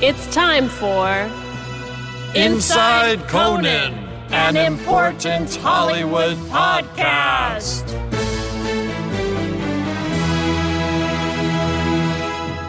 It's time for Inside Conan, an important Hollywood podcast.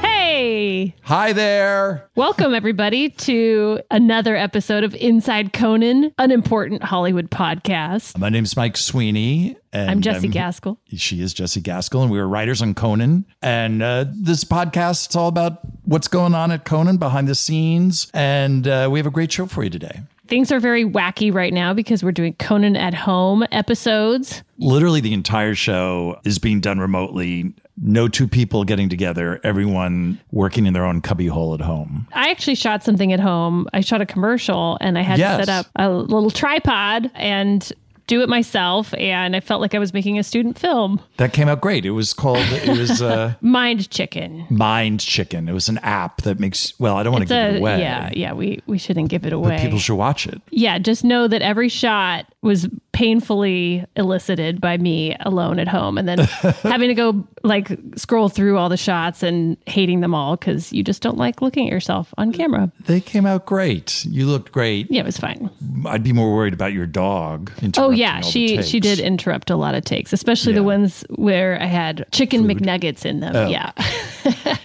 Hey, Hi there. welcome everybody to another episode of Inside Conan, an important Hollywood podcast. My name's Mike Sweeney. And I'm Jesse Gaskell. She is Jesse Gaskell, and we were writers on Conan. And uh, this podcast is all about what's going on at Conan behind the scenes. And uh, we have a great show for you today. Things are very wacky right now because we're doing Conan at home episodes. Literally, the entire show is being done remotely. No two people getting together, everyone working in their own cubbyhole at home. I actually shot something at home. I shot a commercial and I had Yes. to set up a little tripod and do it myself. And I felt like I was making a student film. That came out great. It was called, it was uh, Mind chicken. Mind Chicken. It was an app that makes, well, I don't want to give The- it away. yeah, yeah, we, we shouldn't give it away. But people should watch it. yeah, just know that every shot was painfully elicited by me alone at home and then having to go like scroll through all the shots and hating them all because you just don't like looking at yourself on camera. They came out great. You looked great. Yeah, it was fine. I'd be more worried about your dog. Oh interrupting yeah, all the she she takes. did interrupt a lot of takes, especially the Yeah. Oh, ones where I had chicken McNuggets in them. Yeah.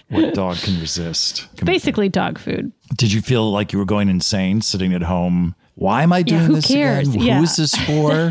What dog can resist? Basically dog food. Did you feel like you were going insane sitting at home? Why am I doing who this cares? again? Yeah. Who is this for?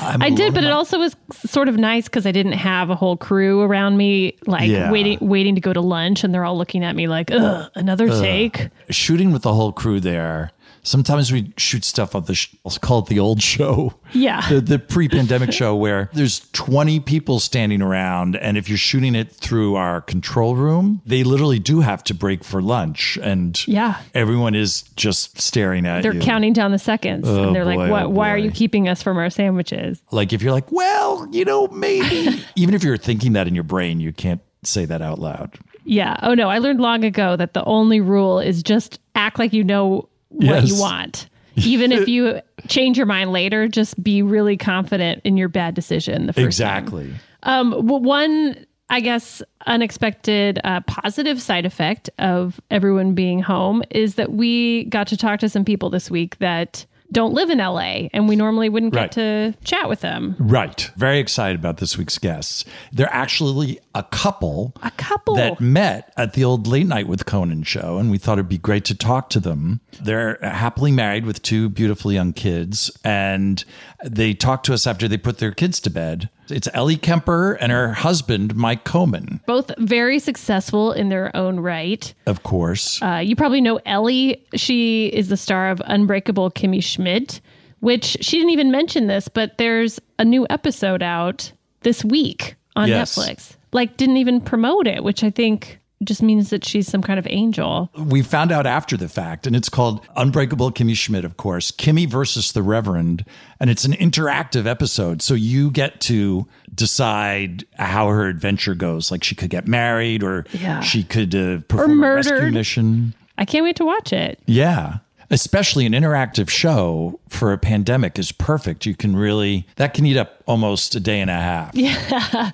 I'm I alone did, but in it my- also was sort of nice because I didn't have a whole crew around me, like Yeah. waiting waiting to go to lunch, and they're all looking at me like, "Ugh, another take." shooting with the whole crew there. Sometimes we shoot stuff on the sh- let's call it the old show. Yeah. The, the pre-pandemic show where there's 20 people standing around and if you're shooting it through our control room, they literally do have to break for lunch and Yeah. everyone is just staring at They're you. counting down the seconds, and they're like, boy, "What? oh, why are you boy." keeping us from our sandwiches?" Like if you're like, well, you know, maybe even if you're thinking that in your brain, you can't say that out loud. Yeah. Oh no, I learned long ago that the only rule is just act like you know what Yes. you want, even if you change your mind later. Just be really confident in your bad decision. The first time. Exactly. Um, w- one, I guess, unexpected uh, positive side effect of everyone being home is that we got to talk to some people this week that don't live in LA, and we normally wouldn't get Right. to chat with them. Right. Very excited about this week's guests. They're actually a couple A couple. that met at the old late night with Conan show, and we thought it'd be great to talk to them. They're happily married with two beautiful young kids, and they talked to us after they put their kids to bed. It's Ellie Kemper and her husband, Mike Coman, both very successful in their own right. of course. Uh, you probably know Ellie. She is the star of Unbreakable Kimmy Schmidt, which she didn't even mention this, but there's a new episode out this week on Yes. Netflix. Like, didn't even promote it, which I think just means that she's some kind of angel. we found out after the fact, and it's called Unbreakable Kimmy Schmidt, of course, Kimmy versus the Reverend. And it's an interactive episode. So you get to decide how her adventure goes. Like she could get married or Yeah. she could uh, perform a rescue murdered. mission. I can't wait to watch it. Yeah. Especially an interactive show for a pandemic is perfect. You can really, that can eat up almost a day and a half.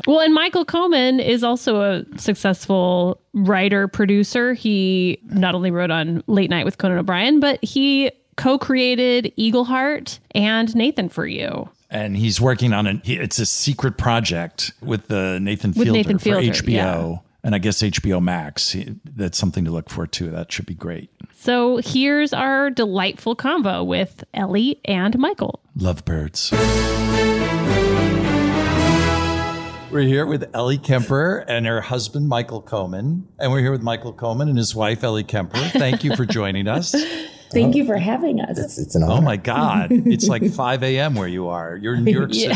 Well, and Michael Coman is also a successful writer producer. He not only wrote on Late Night with Conan O'Brien, but he co created Eagle Heart and Nathan for You. and he's working on an he- it's a secret project with the Nathan With Fielder Nathan for Fielder, HBO and I guess HBO Max. He- That's something to look for too. That should be great. So here's our delightful convo with Ellie and Michael. Lovebirds. We're here with Ellie Kemper and her husband, Michael Komen. And we're here with Michael Komen and his wife, Ellie Kemper. Thank you for joining us. Thank you for having us. Oh. It's, it's an Oh honor. my God. It's like 5 a.m. where you are. You're in New York City.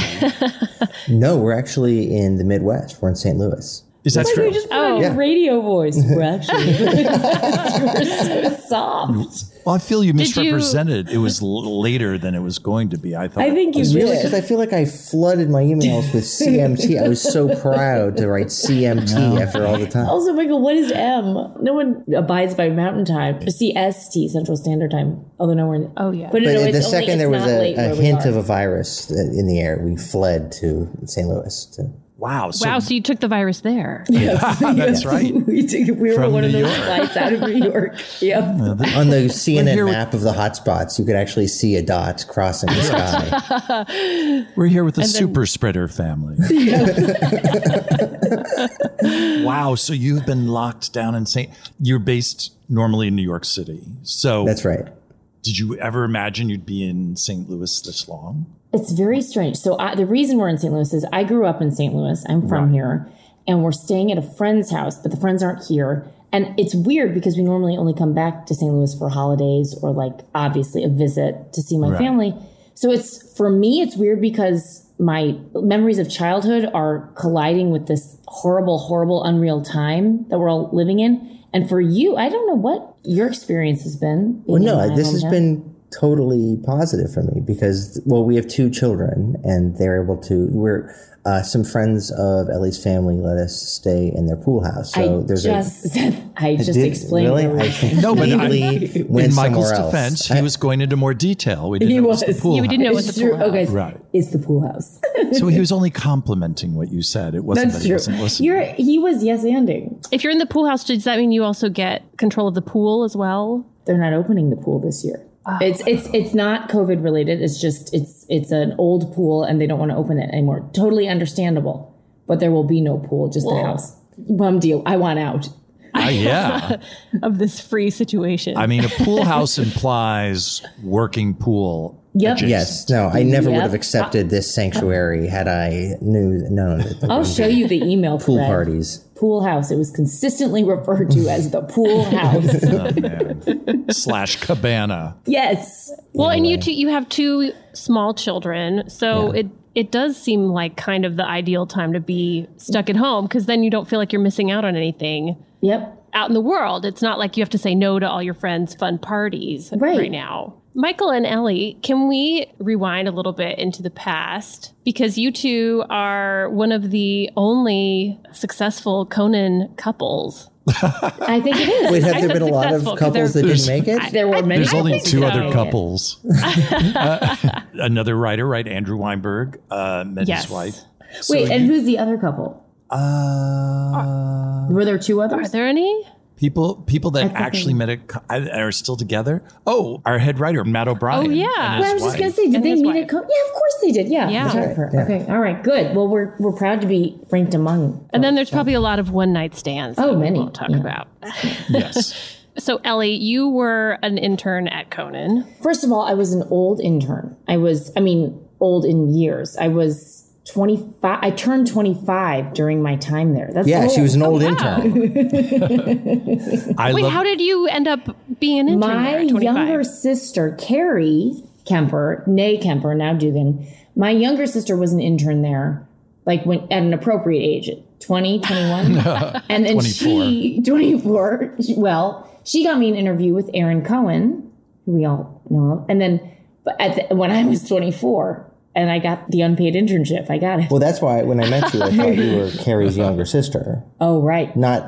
no, we're actually in the Midwest. We're in St. Louis. Is that true? You just Oh. put on your radio voice. We're actually You're so soft. well, I feel you Did you- misrepresented. It was l- later than it was going to be, I thought. I think you Really? did. Because I feel like I flooded my emails with CMT. I was so proud to write CMT after all the time. Also, Michael, what is M? No one abides by Mountain Time. CST, Central Standard Time. Although no one. Oh, yeah. But, But no, at the it's only, second there it's was not late a, a where we hint are. of a virus that- in the air, we fled to St. Louis. To, wow. So, Wow, so you took the virus there. that's right. we, did, we were From one of New those York. Uh, flights out of New York. Yep. on the CNN here with- map of the hotspots, you could actually see a dot crossing the sky. We're here with a super spreader family. wow. So you've been locked down in St. You're based normally in New York City. So That's right. did you ever imagine you'd be in St. Louis this long? It's very strange. So I, the reason we're in St. Louis is I grew up in St. Louis. I'm from here, and we're staying at a friend's house, but the friends aren't here. And it's weird because we normally only come back to St. Louis for holidays or like obviously a visit to see my family. So it's for me, it's weird because my memories of childhood are colliding with this horrible, horrible, unreal time that we're all living in. And for you, I don't know what your experience has been. Well, no, this has been totally positive for me because, well, we have two children and they're able to, we're, uh, some friends of Ellie's family let us stay in their pool house. So I there's just, said I a, just Did- explained. really? the I reason. No, but I- completely went in Michael's somewhere else. defense, he was going into more detail. We didn't He know it was was. the pool You We didn't know it was It's the pool true. Okay, house. so Right. It's the pool house. house. So he was only complimenting what you said. It wasn't that he wasn't listening. You're, he was yes anding. If you're in the pool house, does that mean you also get control of the pool as well? They're not opening the pool this year. Ah. It's it's it's not COVID related. It's just it's it's an old pool and they don't want to open it anymore. Totally understandable. But there will be no pool, just the house. Bum deal. I want out. Ah, yeah. Of this free situation. I mean, a pool house implies working pool. Yep. adjacent. Yes. No, I never would Yep. have accepted this sanctuary had I knew known that there I'll were show you the email pool thread. parties. Pool house. It was consistently referred to as the pool house. Oh, man. Slash cabana. yes. Well, and you two, you have two small children, so it it does seem like kind of the ideal time to be stuck at home because then you don't feel like you're missing out on anything Yep. out in the world. It's not like you have to say no to all your friends' fun parties Right. now. Michael and Ellie, can we rewind a little bit into the past? Because you two are one of the only successful Conan couples. I think it is. Wait, I have there said been a lot of successful 'cause couples that they're- didn't make it? there were many. There's only think two so. other couples. Uh, another writer, right? Andrew Weinberg uh, met Yes. his wife. So Wait, and you- who's the other couple? uh, Were there two others? Are there any? people people that actually met at co- I- are still together. Oh, our head writer Matt O'Brien. Oh, yeah. and his Well, I was just wife. gonna say, did And they his meet wife. at? Co- yeah, of course they did. Yeah. Yeah. Photographer. Okay. All right. Good. Well, we're we're proud to be ranked among. Oh, And then there's probably a lot of one night stands. Oh, that we many. won't talk Yeah. about. yes. So, Ellie, you were an intern at Conan. First of all, I was an old intern. I was, I mean, old in years. I was 25. I turned 25 during my time there. That's Yeah, she old. was an old intern. I Wait, love how did you end up being an intern? there my at 25? younger sister carrie kemper nay kemper now dugan my younger sister was an intern there like when at an appropriate age at 20 21 and then she 24 she- well she got me an interview with aaron cohen who we all know and then but at the, when i was 24 and i got the unpaid internship i got it Well, that's why when I met you, I thought you were Carrie's younger sister. oh right Not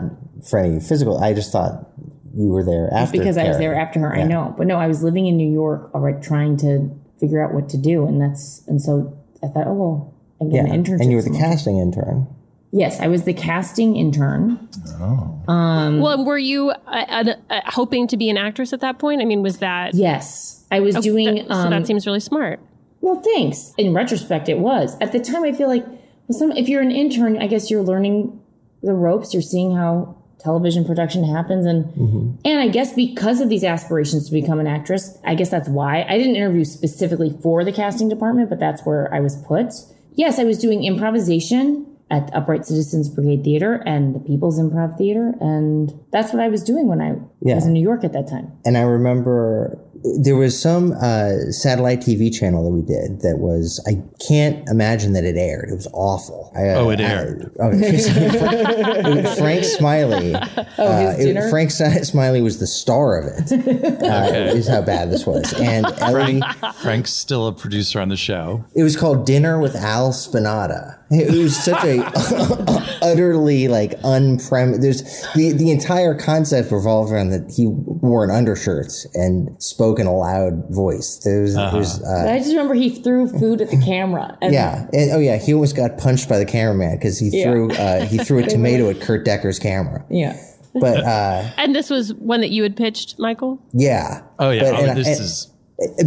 for any physical. I just thought you were there after because I was Carrie. there after her. I know, but no, I was living in New York, all right, trying to figure out what to do, and that's and so I thought, oh well, I get an internship. and you were the somewhere. casting intern. yes, I was the casting intern. Oh. Um, Well, were you uh, uh, uh, hoping to be an actress at that point? I mean, was that. Yes, I was doing. that- so um, that seems really smart. well, thanks. In retrospect, it was at the time. I feel like well, some if you're an intern, I guess you're learning the ropes. You're seeing how television production happens and Mm-hmm. and I guess because of these aspirations to become an actress, I guess that's why I didn't interview specifically for the casting department, but that's where I was put. Yes, I was doing improvisation at the Upright Citizens Brigade Theater and the People's Improv Theater and that's what I was doing when I Yeah. was in New York at that time. and I remember there was some uh, satellite TV channel that we did that was I can't imagine that it aired. It was awful. I, uh, Oh, it I- aired. oh, Frank, Frank Smiley. uh, it- Oh, dinner? Frank Si- Smiley was the star of it. Uh, Is how bad this was. And Ellie, Frank's still a producer on the show. it was called Dinner with Al Spinata. It was such a utterly like unprem. There's the the entire concept revolved around that he wore an undershirt and spoke in a loud voice. There was, Uh-huh. there was uh, I just remember he threw food at the camera. And yeah, and, oh yeah, he almost got punched by the cameraman because he Yeah. threw uh, he threw a tomato at Kurt Decker's camera. Yeah. But uh, And this was one that you had pitched, Michael. yeah, Oh yeah, But, oh, and I- this and- is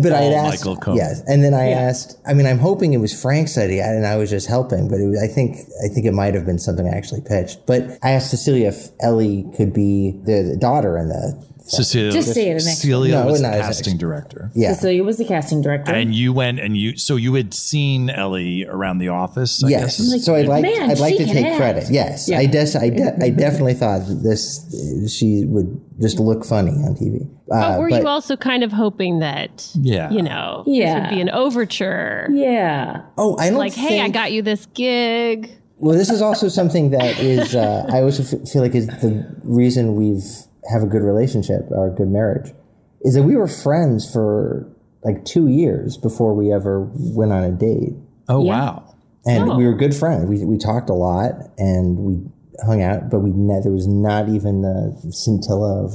but I had all asked, Michael Cohen. yes, and then I asked. I mean, I'm hoping it was Frank's idea, and I was just helping. But it was, I think, I think it might have been something I actually pitched. But I asked Cecilia if Ellie could be the, the daughter in the. Cecilia. Just say it in Cecilia No, was the no, it's casting next. director. Yeah. Cecilia was the casting director. And you went and you so you had seen Ellie around the office. I Yes. guess. so I'd like "Man, I'd like she to can take act." credit. Yes. Yeah. I des- I, de- I definitely thought that this she would just look funny on TV. Uh, but Oh, were but- you also kind of hoping that, Yeah. you know, Yeah. this would be an overture? yeah. oh, I don't Like, hey, I think- got you this gig. Well, this is also something that is uh, I also f- feel like is the reason we've have a good relationship or a good marriage is that we were friends for like two years before we ever went on a date, Oh wow. and we were good friends. We we talked a lot and we hung out, but we ne- there was not even the scintilla of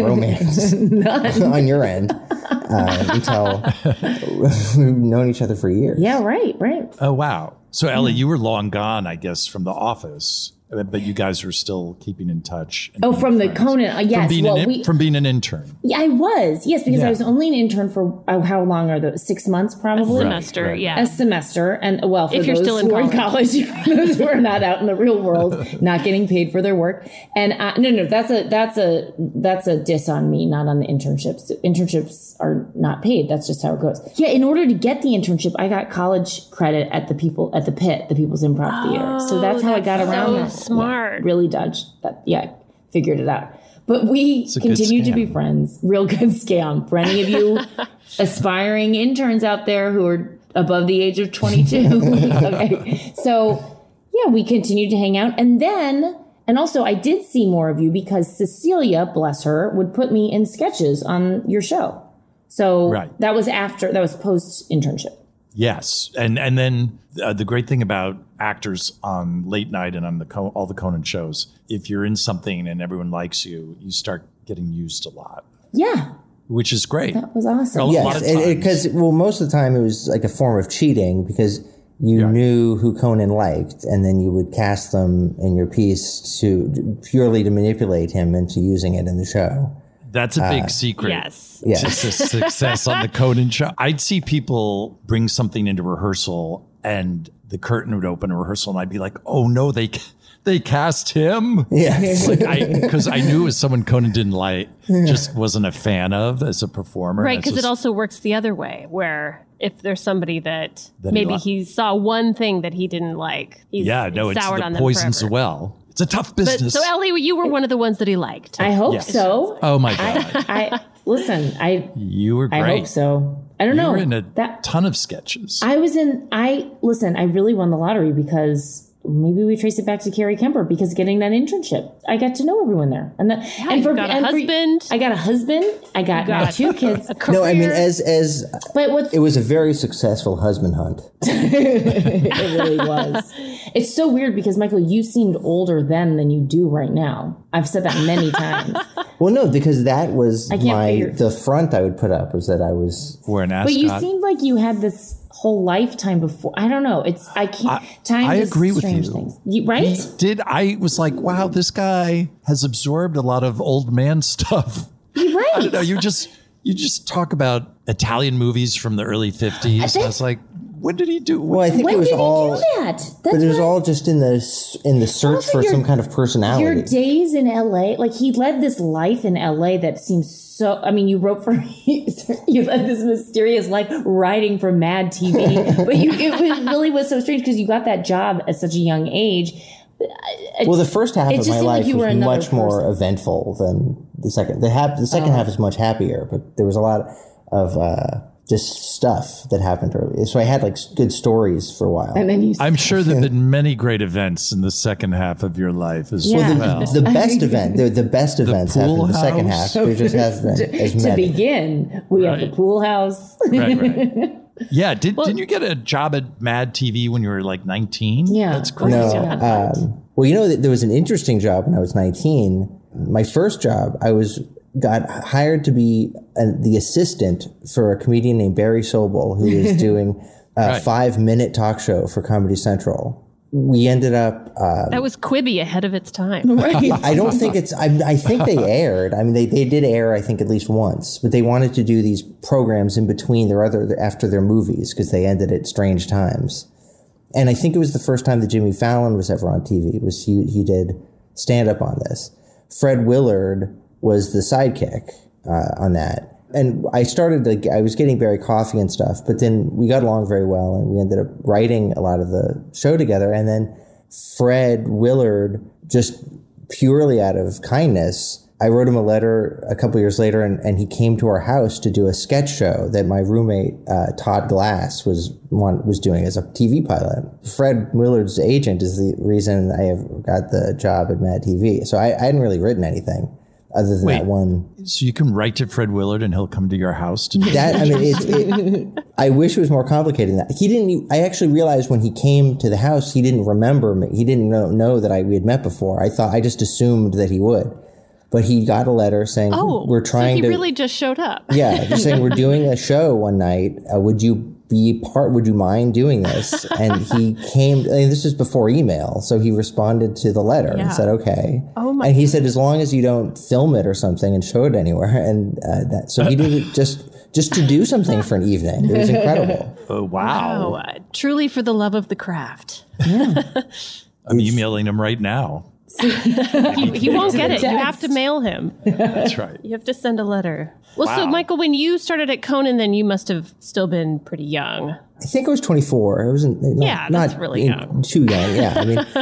romance on your end uh, until we've known each other for years. Yeah, right, right. Oh wow. So Mm-hmm. Ellie, you were long gone, I guess, from the office, uh, but but you guys were still keeping in touch. and Oh, being from the friends. Conan. Uh, yes. From being, well, an, in- we, from being an intern. yeah, I was. Yes, because Yeah. I was only an intern for uh, how long are those? Six months, probably. Semester, right. yeah. A semester, and well, for If you're those still in who are in college, those who are not out in the real world, not getting paid for their work, and uh, no, no, that's a that's a that's a diss on me, not on the internships. Internships are not paid. That's just how it goes. Yeah, in order to get the internship, I got college credit at the people at the pit, the People's Improv Theater. So that's how I got around. Oh, so that. Yeah, smart. really dodged that. Yeah, figured it out. But we a good continue to scam. be friends. Real good scam for any of you aspiring interns out there who are above the age of 22. okay. So, yeah, we continued to hang out. And then, and also, I did see more of you because Cecilia, bless her, would put me in sketches on your show. So Right. that was after, that was post internship. Yes, and and then uh, the great thing about actors on late night and on the Co- all the Conan shows, if you're in something and everyone likes you, you start getting used a lot, Yeah, which is great. that was awesome. A lot Yes, of times. because well, most of the time it was like a form of cheating because you knew who Conan liked, and then you would cast them in your piece to purely to manipulate him into using it in the show. That's a big secret. Yes. Yeah. to su- success on the Conan show. I'd see people bring something into rehearsal, and the curtain would open in rehearsal, and I'd be like, "Oh no, they ca- they cast him." Yes. because I, knew it was someone Conan didn't like, just wasn't a fan of as a performer. Right, That's because it just- also works the other way, where if there's somebody that, That he maybe li- he, saw one thing that he didn't like, he's yeah, no, it's soured on the them poison's the forever. well. It's a tough But, business. so Ellie, you were one of the ones that he liked. I hope Yes. so. oh my god, I listen. I you were I great. hope so. I don't You know. were in a that ton of sketches. I was in. I listen. I really won the lottery because maybe we trace it back to Carrie Kemper because getting that internship, I got to know everyone there. And that and you for got a and for- husband. I got a husband. I got, now got two kids. no, I mean as as but what's it was a very successful husband hunt. it really was. It's so weird because Michael, you seemed older then than you do right now. I've said that many times. Well, no, because that was can't my figure- the front I would put up was that I was We're an But ascot. you seemed like you had this whole lifetime before. I don't know. It's I can't. time. I does agree with strange you. Things. You- right? He did I was like, wow, this guy has absorbed a lot of old man stuff. You're right. I don't know. You just you just talk about Italian movies from the early fifties. I was like, What did he do? Well, I think When it was did all, you do that? That's but it was what- all just in the s- in the search Also, for your- some kind of your personality. days in LA. Like he led this life in LA that seems so. I mean, you wrote for you led this mysterious life writing for Mad TV, but you, it was- really was so strange because you got that job at such a young age. well, the first half it of just my seemed like life you were was another much more person. Oh. eventful than the second. The, hap- the second half is much happier, but there was a lot of uh, just stuff that happened early. So I had like s- good stories for a while. And then you, I'm sure there have been many great events in the second half of your life as Yeah. well. the best event, the, the best events happened pool in the second house? half. There just hasn't been as to many. begin, we have Right. the pool house. right, right. Yeah, did, didn't you get a job at Mad TV when you were like 19? Yeah. That's crazy. No. Um, well, you know, th- there was an interesting job when I was 19. My first job, I was got hired to be uh the assistant for a comedian named Barry Sobel, who was doing a five minute talk show for Comedy Central. We ended up. Uh, That was Quibi ahead of its time. I don't think it's. I, I think they aired. I mean, they, they did air. I think at least once, but they wanted to do these programs in between their other after their movies because they ended at strange times. And I think it was the first time that Jimmy Fallon was ever on TV. Was he he did stand up on this? Fred Willard was the sidekick uh, on that. And I started like I was getting Barry Coffee and stuff, but then we got along very well, and we ended up writing a lot of the show together. And then Fred Willard just purely out of kindness. I wrote him a letter a couple years later, and, and he came to our house to do a sketch show that my roommate uh, Todd Glass was one, was doing as a TV pilot. Fred Willard's agent is the reason I have got the job at Mad TV. So I, I hadn't really written anything other than that one. So you can write to Fred Willard and he'll come to your house to do That I mean, it, it, I wish it was more complicated than that. He didn't. e- I actually realized when he came to the house, he didn't remember me. He didn't know, know that I we had met before. I thought I just assumed that he would, but he got a letter saying Oh, we're trying so he to. really just showed up. yeah, just saying we're doing a show one night. Uh, would you be part? Would you mind doing this? And he came. I mean, this is before email, so he responded to the letter and said okay. Oh my! And he said as long as you don't film it or something and show it anywhere, and uh, that so he did it just just to do something for an evening. It was incredible. Oh, wow. Oh, uh, truly for the love of the craft. I'm emailing him right now. He, he won't get it. You have to mail him. That's right. You have to send a letter. Well, so Wow. Michael, when you started at Conan, then you must have still been pretty young. I think I was 24. I wasn't not, Yeah, not that's really young. too young. Yeah, I mean,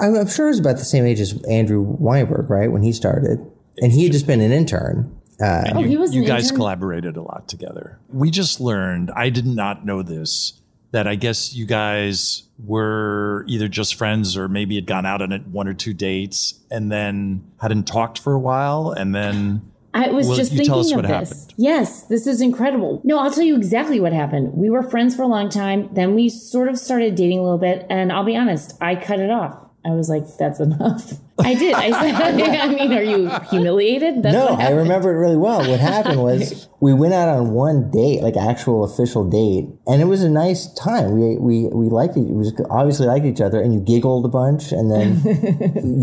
I'm, I'm sure it was about the same age as Andrew Weinberg, right? When he started, and he had just been an intern. Oh, he was you an guys intern? collaborated a lot together. We just learned, I did not know this, that I guess you guys were either just friends or maybe had gone out on it one or two dates and then hadn't talked for a while. And then I was Well, just you thinking tell us of what this. happened. Yes, this is incredible. No, I'll tell you exactly what happened. We were friends for a long time. Then we sort of started dating a little bit, and I'll be honest, I cut it off. I was like, "That's enough." I did. I said, "I mean, are you humiliated?" That's No, what I happened. remember it really well. What happened was we went out on one date, like actual official date, and it was a nice time. We we we liked it. We just obviously liked each other, and you giggled a bunch, and then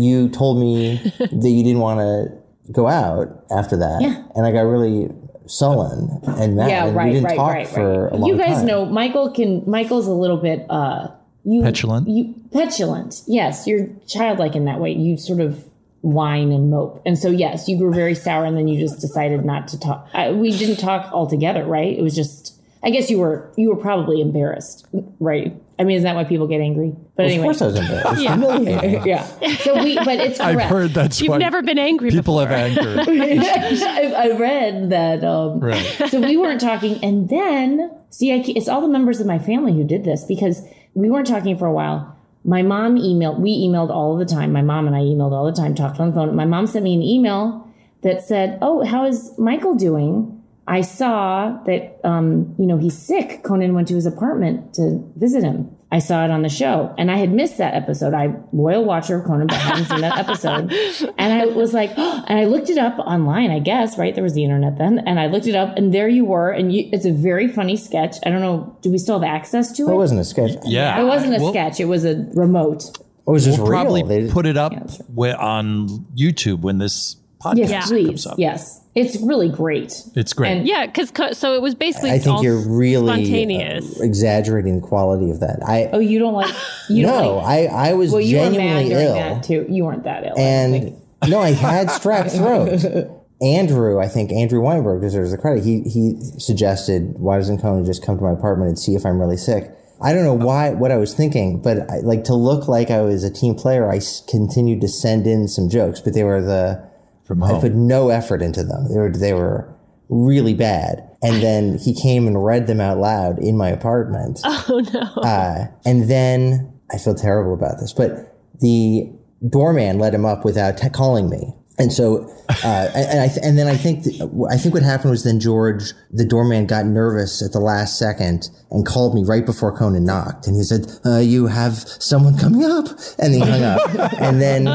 you told me that you didn't want to go out after that, Yeah. and I got really sullen and mad. Yeah, and right, we didn't right, talk right, for right. a long you guys time. know Michael can. Michael's a little bit uh, you Petulant? You petulant. Yes, you're childlike in that way. You sort of whine and mope, and so yes, you grew very sour, and then you just decided not to talk. I, we didn't talk altogether, right? It was just. I guess you were you were probably embarrassed, right? I mean, is that why people get angry? But Of anyway, course, I was embarrassed. It was humiliating. yeah. So we, but it's correct. I've heard that's You've why never been angry people before. have anger. I, I read that. Um, So we weren't talking, and then see, I, ca- it's all the members of my family who did this because we weren't talking for a while. My mom emailed. We emailed all the time. My mom and I emailed all the time. Talked on the phone. My mom sent me an email that said, "Oh, how is Michael doing?" I saw that um, you know he's sick. Conan went to his apartment to visit him. I saw it on the show, and I had missed that episode. I loyal watcher of Conan, but I hadn't seen that episode. And I was like, oh, and I looked it up online, I guess, right? There was the internet then, and I looked it up, and there you were. And you, it's a very funny sketch. I don't know. Do we still have access to it? It wasn't a sketch. Yeah. It wasn't a Well, sketch. It was a remote. It was just We'll real. probably They- put it up whe- on YouTube when this podcast comes Yes, please. up. Yes. It's really great. It's great. And- Yeah, because co- so it was basically. I think all you're really uh, spontaneous. exaggerating the quality of that. I Oh, you don't like you don't no, like I I was well, you were mad genuinely during ill, that too. You weren't that ill. I don't and think. no, I had strep throat. Andrew, I think Andrew Weinberg deserves the credit. He he suggested why doesn't Conan just come to my apartment and see if I'm really sick. I don't know why what I was thinking, but I, like to look like I was a team player, I s- continued to send in some jokes, but they were the From I put home. no effort into them. They were they were really bad. And then he came and read them out loud in my apartment. Oh no! Uh, and then I feel terrible about this, but the doorman let him up without t- calling me. And so, uh, and, and I th- and then I think th- I think what happened was then George, the doorman, got nervous at the last second and called me right before Conan knocked, and he said, uh, "You have someone coming up," and he hung up. and then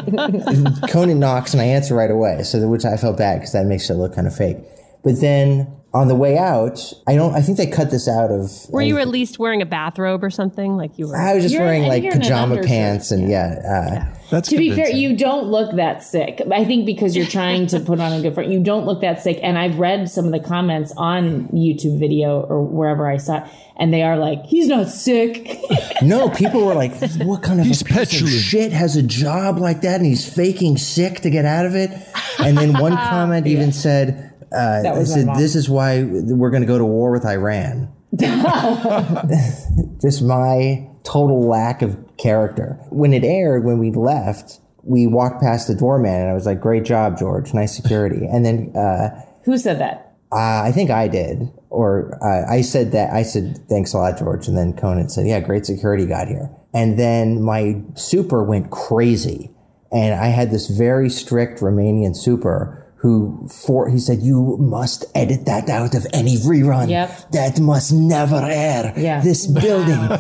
Conan knocks, and I answer right away. So that- which I felt bad because that makes it look kind of fake. But then on the way out, I don't. I think they cut this out of. Were you at least wearing a bathrobe or something? Like you were. I was just You're- wearing and like you're in an pajama undershirt. pants and yeah. Uh, That's To be fair, convincing. you don't look that sick. I think because you're trying to put on a good front, you don't look that sick. And I've read some of the comments on YouTube video or wherever I saw, it, and they are like, "He's not sick." No, people were like, "What kind of a piece of petulant. shit has a job like that, and he's faking sick to get out of it?" And then one comment even said, uh, That was it my said mom. "This is why we're going to go to war with Iran." Just my total lack of character. When it aired, when we left, we walked past the doorman, and I was like, "Great job, George. Nice security." And then. Uh, Who said that? uh, I think I did, or uh, I said that. I said thanks a lot, George, and then Conan said, "Yeah, great security got here." And then my super went crazy, and I had this very strict Romanian super who for he said, "You must edit that out of any rerun. Yep. That must never air. Yeah. This building." yeah,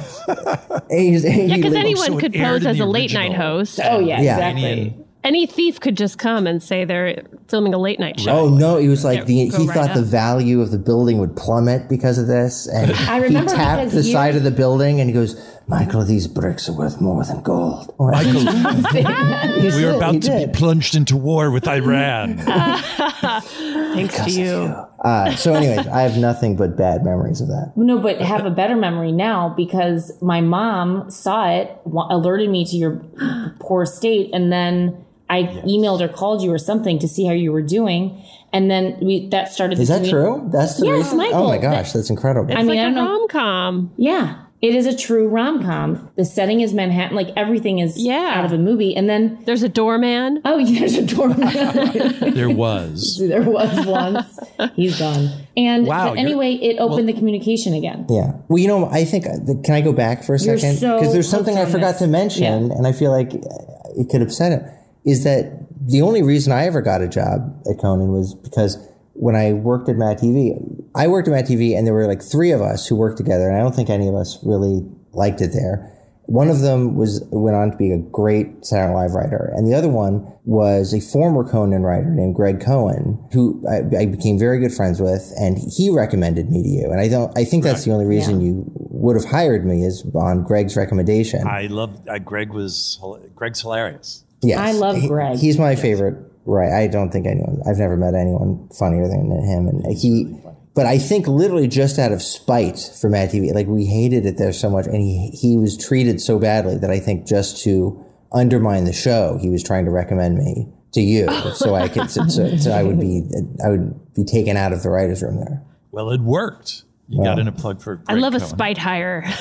Because anyone so it could pose aired in as the a late night original. host. Oh yeah, Yeah. exactly. Any thief could just come and say they're filming a late night show. Oh no! It was like the, go he right thought the up. value of the building would plummet because of this, and he remember tapped because the you- side of the building and he goes, "Michael, these bricks are worth more than gold." Michael, we were about to be plunged into war with Iran. Thanks to you. Uh, so, anyways, I have nothing but bad memories of that. No, but have a better memory now because my mom saw it, wa- alerted me to your poor state, and then I emailed or called you or something to see how you were doing, and then we that started. Is that true? That's the Yes, reason? Michael, Oh my gosh, that's incredible. I mean, I Like don't a know. rom com. Yeah, it is a true rom com. The setting is Manhattan, like everything is Yeah. out of a movie, and then There's a doorman. oh, yeah, there's a doorman. There was. there was once. He's gone. And Wow, but you're- anyway, it opened the communication again. yeah. Well, you know, I think. uh, Can I go back for a You're second? so there's something I hooked on forgot this. to mention, Yeah. and I feel like it could upset him. Is that the only reason I ever got a job at Conan was because when I worked at Matt TV, I worked at Matt TV, and there were like three of us who worked together, and I don't think any of us really liked it there. One of them was went on to be a great Saturday Night Live writer, and the other one was a former Conan writer named Greg Cohen, who I, I became very good friends with, and he recommended me to you. And I don't, I think that's the only reason you would have hired me is on Greg's recommendation. I love. Uh, Greg was. hila- Greg's hilarious. Yes. I love He- Greg. he's my favorite. Right. I don't think anyone, I've never met anyone funnier than him. And he, but I think literally just out of spite for Mad TV, like we hated it there so much. And he, he was treated so badly that I think just to undermine the show, he was trying to recommend me to you. Oh, So I could, so, so, so I would be, I would be taken out of the writer's room there. Well, it worked. You got in a plug for. I love a Cohen. spite hire. I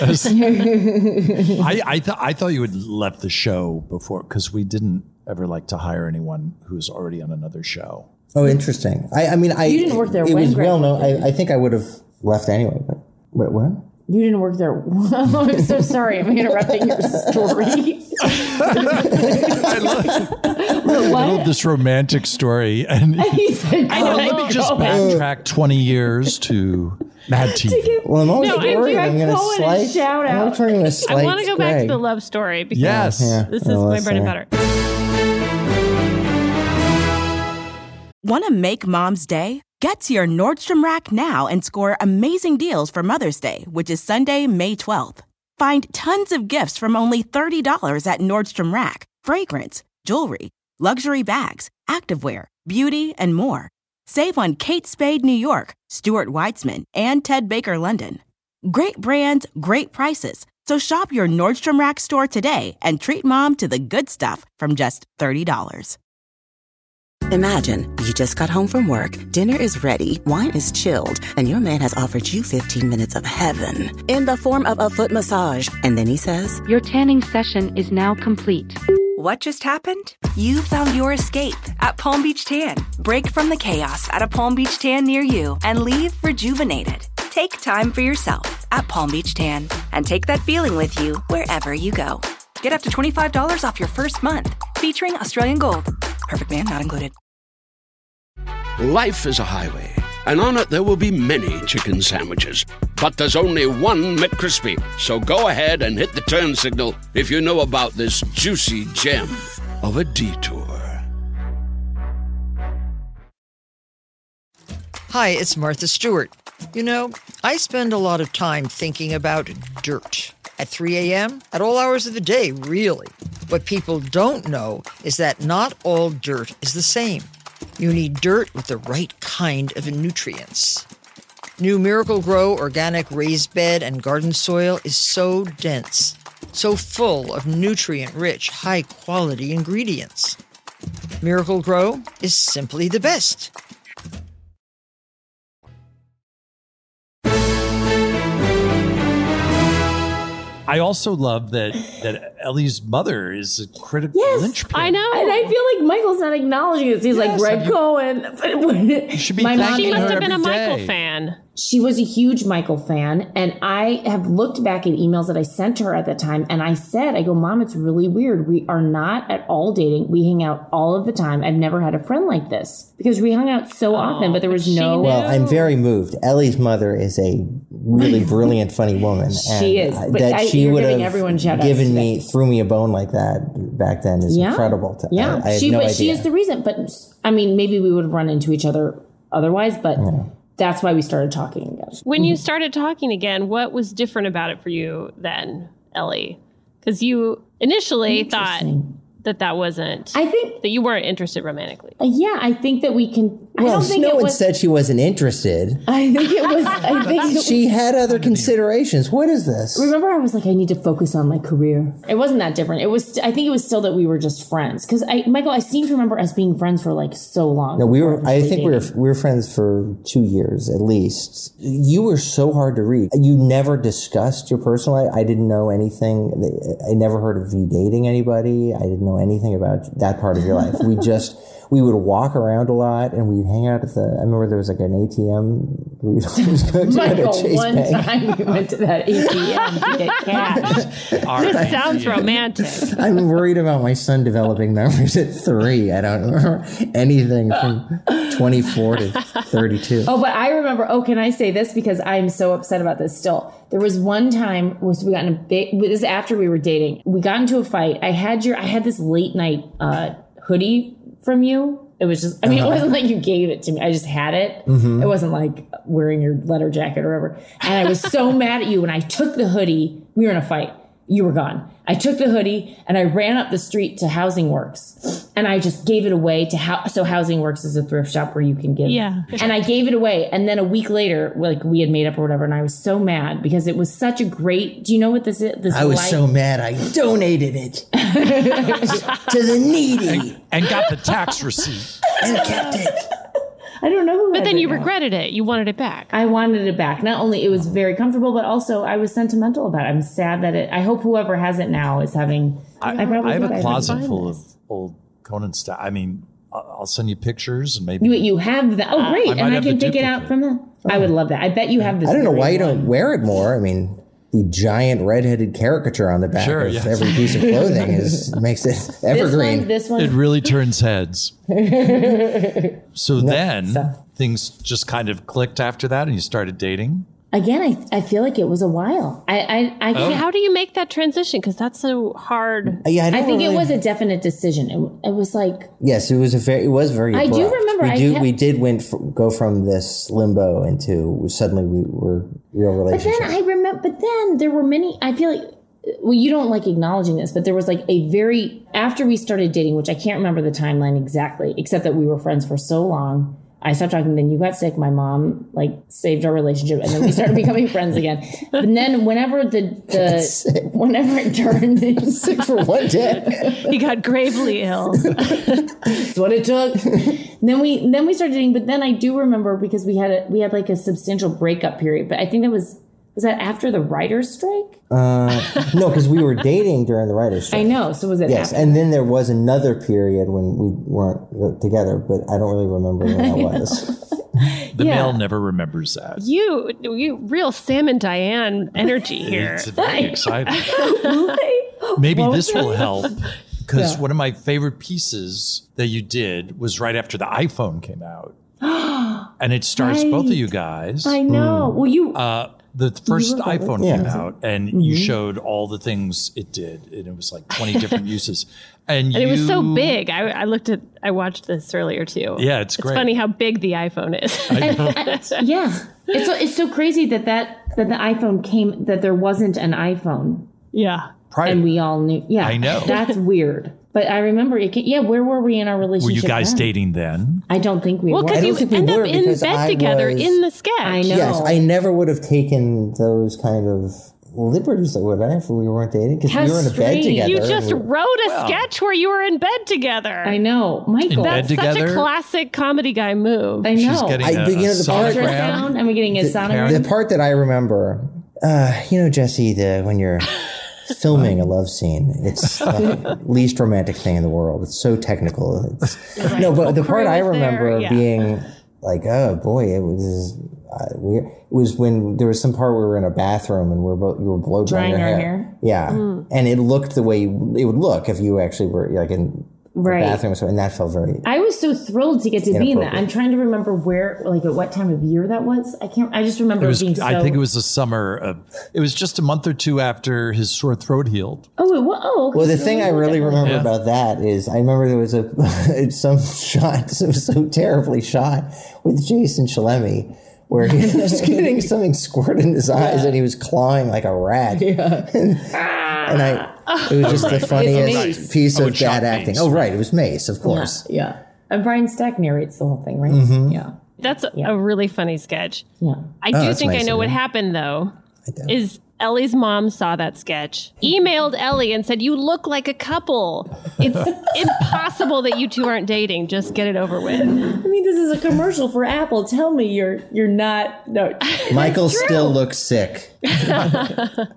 I, th- I thought you had left the show before because we didn't ever like to hire anyone who's already on another show. Oh, interesting. I, I mean, I, You didn't work there It when was Greg well known. I, I think I would have left anyway, but what, what? You didn't work there. I'm so sorry. I'm interrupting your story. I love, what? this romantic story, and I Oh, let me just backtrack twenty years to Mad TV. Well, I'm always No, I'm worried Greg I'm going to Cohen slice. is shout I'm always out. worried I'm going to slice. I want to go back to Greg. the love story because Yes. this is Yeah, my let's bread and see. butter. Want to make mom's day? Get to your Nordstrom Rack now and score amazing deals for Mother's Day, which is Sunday, May 12th. Find tons of gifts from only $30 at Nordstrom Rack fragrance, jewelry, luxury bags, activewear, beauty, and more. Save on Kate Spade New York, Stuart Weitzman, and Ted Baker London. Great brands, great prices. So shop your Nordstrom Rack store today and treat mom to the good stuff from just $30. Imagine you just got home from work, dinner is ready, wine is chilled, and your man has offered you 15 minutes of heaven in the form of a foot massage. And then he says, Your tanning session is now complete. What just happened? You found your escape at Palm Beach Tan. Break from the chaos at a Palm Beach Tan near you and leave rejuvenated. Take time for yourself at Palm Beach Tan and take that feeling with you wherever you go. Get up to $25 off your first month featuring Australian Gold. Perfect man not included. Life is a highway, and on it there will be many chicken sandwiches. But there's only one McCrispy. So go ahead and hit the turn signal if you know about this juicy gem of a detour. Hi, it's Martha Stewart. You know, I spend a lot of time thinking about dirt at 3 a.m., at all hours of the day, really. What people don't know is that not all dirt is the same. You need dirt with the right kind of nutrients. New Miracle Grow organic raised bed and garden soil is so dense, so full of nutrient rich, high quality ingredients. Miracle Grow is simply the best. I also love that that Ellie's mother is a critical Yes, linchpin. I know. And I feel like Michael's not acknowledging this. He's like Yes, Greg you- Cohen. But should be my mom thanking She and must have her been a every Michael day. fan. she was a huge Michael fan, and I have looked back at emails that I sent to her at that time, and I said, I go, Mom, it's really weird. We are not at all dating. We hang out all of the time. I've never had a friend like this because we hung out so often, but there was she no. knew. Well, I'm very moved. Ellie's mother is a really brilliant, funny woman. She and, is, uh, but that I- she you're would giving have everyone shout-outs given today. me threw me a bone like that back then is Yeah. incredible. To, yeah, I, I had she no but idea. she is the reason. But I mean, maybe we would have run into each other otherwise, but Oh. that's why we started talking again. When you started talking again, what was different about it for you then, Ellie? Because you initially thought that that wasn't I think that you weren't interested romantically. Yeah, I think that we can. I well, don't think Snow it had was. said she wasn't interested. I think it was. I think it She had other considerations. What is this? Remember, I was like, I need to focus on my career. It wasn't that different. It was. I think it was still that we were just friends. Because I, Michael, I seem to remember us being friends for like so long. No, we were. I think we were we were friends for two years at least. You were so hard to read. You never discussed your personal life. I didn't know anything. I never heard of you dating anybody. I didn't know anything about that part of your life. We just we would walk around a lot and we'd hang out at the. I remember there was like an ATM. We would always go to at a Michael, Chase one Bank. time we went to that ATM to get cash. All right. Sounds romantic. I'm worried about my son developing memories at three. I don't remember anything from 24 to 32. Oh, but I remember. Oh, can I say this because I'm so upset about this still. There was one time was we got in a big. This is after we were dating. We got into a fight. I had your. I had this late night uh, hoodie from you. It was just. I mean, it wasn't like you gave it to me. I just had it. It wasn't like wearing your leather jacket or whatever. And I was so mad at you when I took the hoodie. We were in a fight. You were gone. I took the hoodie and I ran up the street to Housing Works, and I just gave it away to how. so Housing Works is a thrift shop where you can give Yeah. and I gave it away. And then a week later, like we had made up or whatever, and I was so mad because it was such a great. Do you know what this is? This I was light- so mad I donated it to the needy And got the tax receipt. and kept it. I don't know. Who But then you regretted it. You wanted it back. I wanted it back. Not only it was very comfortable, but also I was sentimental about it. I'm sad that it. I hope whoever has it now is having. I, probably I have could. I a can closet find full of old Conan stuff. I mean, I- I'll send you pictures and maybe You, you have the oh great, I might and I have the can take it duplicate. out from that. I would love that. I bet you have this. I don't know very why you one. don't wear it more. I mean, the giant redheaded caricature on the back Sure, of yes. every piece of clothing is makes it This evergreen. one, this one. it really turns heads. so then things just kind of clicked after that and you started dating. Again, I, I feel like it was a while. I I, I can't. How do you make that transition? Because that's so hard. yeah, I don't think it really- was a definite decision. It, it was like Yes, it was a very. It was very. I do abrupt. remember We I do. kept- We did went fr- go from this limbo into suddenly we were real But relationship. then I remember. But then there were many. I feel like well, you don't like acknowledging this, but there was like a very, after we started dating, which I can't remember the timeline exactly, except that we were friends for so long. I stopped talking, then you got sick. My mom like saved our relationship, and then we started becoming friends again. And then whenever the the whenever it turned sick for one day, he got gravely ill. That's what it took. then we then we started dating, but then I do remember because we had a we had like a substantial breakup period. But I think that was was that after the writer's strike? Uh, no, because we were dating during the writer's strike. I know. So was it? Yes, after? and then there was another period when we weren't uh, together, but I don't really remember when that was. The Yeah. male never remembers that. You, you, real Sam and Diane energy here. It's very exciting. exciting. Maybe this will help because Yeah. one of my favorite pieces that you did was right after the iPhone came out, and it stars both of Right. you guys. I know. Well, you Uh, the first were both- iPhone yeah. came out, and you Mhm. showed all the things it did, and it was like twenty different uses. And, And it you, was so big. I, I looked at, I watched this earlier too. Yeah, it's great. funny how big the iPhone is. yeah, it's so, it's so crazy that that that the iPhone came that there wasn't an iPhone. Yeah, and we all knew. Yeah, I know. that's weird. But I remember it. ca- Yeah, where were we in our Were relationship? you guys then? dating then? I don't think we Well, were. because you end up in bed together in the sketch. I Yes, I never would have taken those kind of liberties that would I if we weren't dating because we were in a bed together. You and just we- wrote a sketch where you were in bed together. I know, Michael. In bed That's such together? a classic comedy guy move. I know. getting I- a- but you a know, the part- sonogram. Ultrasound? Am I getting a sonogram? The part that I remember, uh, you know, Jesse, the when you're filming a love scene, it's the least romantic thing in the world. It's so technical. It's, No, but the part I was there, remember yeah. being like, oh boy, it was. Uh, we, it was when there was some part where we were in a bathroom and we were both you were blow drying Drying your our hair. hair? Yeah, Mm. and it looked the way you- it would look if you actually were like in Right. the bathroom, or something, and that felt very I was so thrilled to get to be in that. Inappropriate. I'm trying to remember where, like, at what time of year that was. I can't. I just It remember it was, being so. I think it was the summer of. It was just a month or two after his sore throat healed. Oh, it, wa- oh okay, Well, the so thing we I were really definitely- remember Yeah. about that is I remember there was a it's some shot that was so terribly shot with Jason Chalemi where he was getting something squirted in his eyes and he was clawing like a rat. Yeah. and I it was just the It's funniest Mace. piece Oh, of it's bad Sean acting. Mace. Oh, right, it was Mace, of course. Yeah, yeah. And Brian Stack narrates the whole thing, right? Mm-hmm. Mhm. Yeah. That's a, a really funny sketch. Yeah. I Oh, do that's think nice I know of what you. happened though. Is Ellie's mom saw that sketch, emailed Ellie and said, "You look like a couple. It's impossible that you two aren't dating. Just get it over with." I mean, this is a commercial for Apple. Tell me you're you're not no. Michael still looks sick. I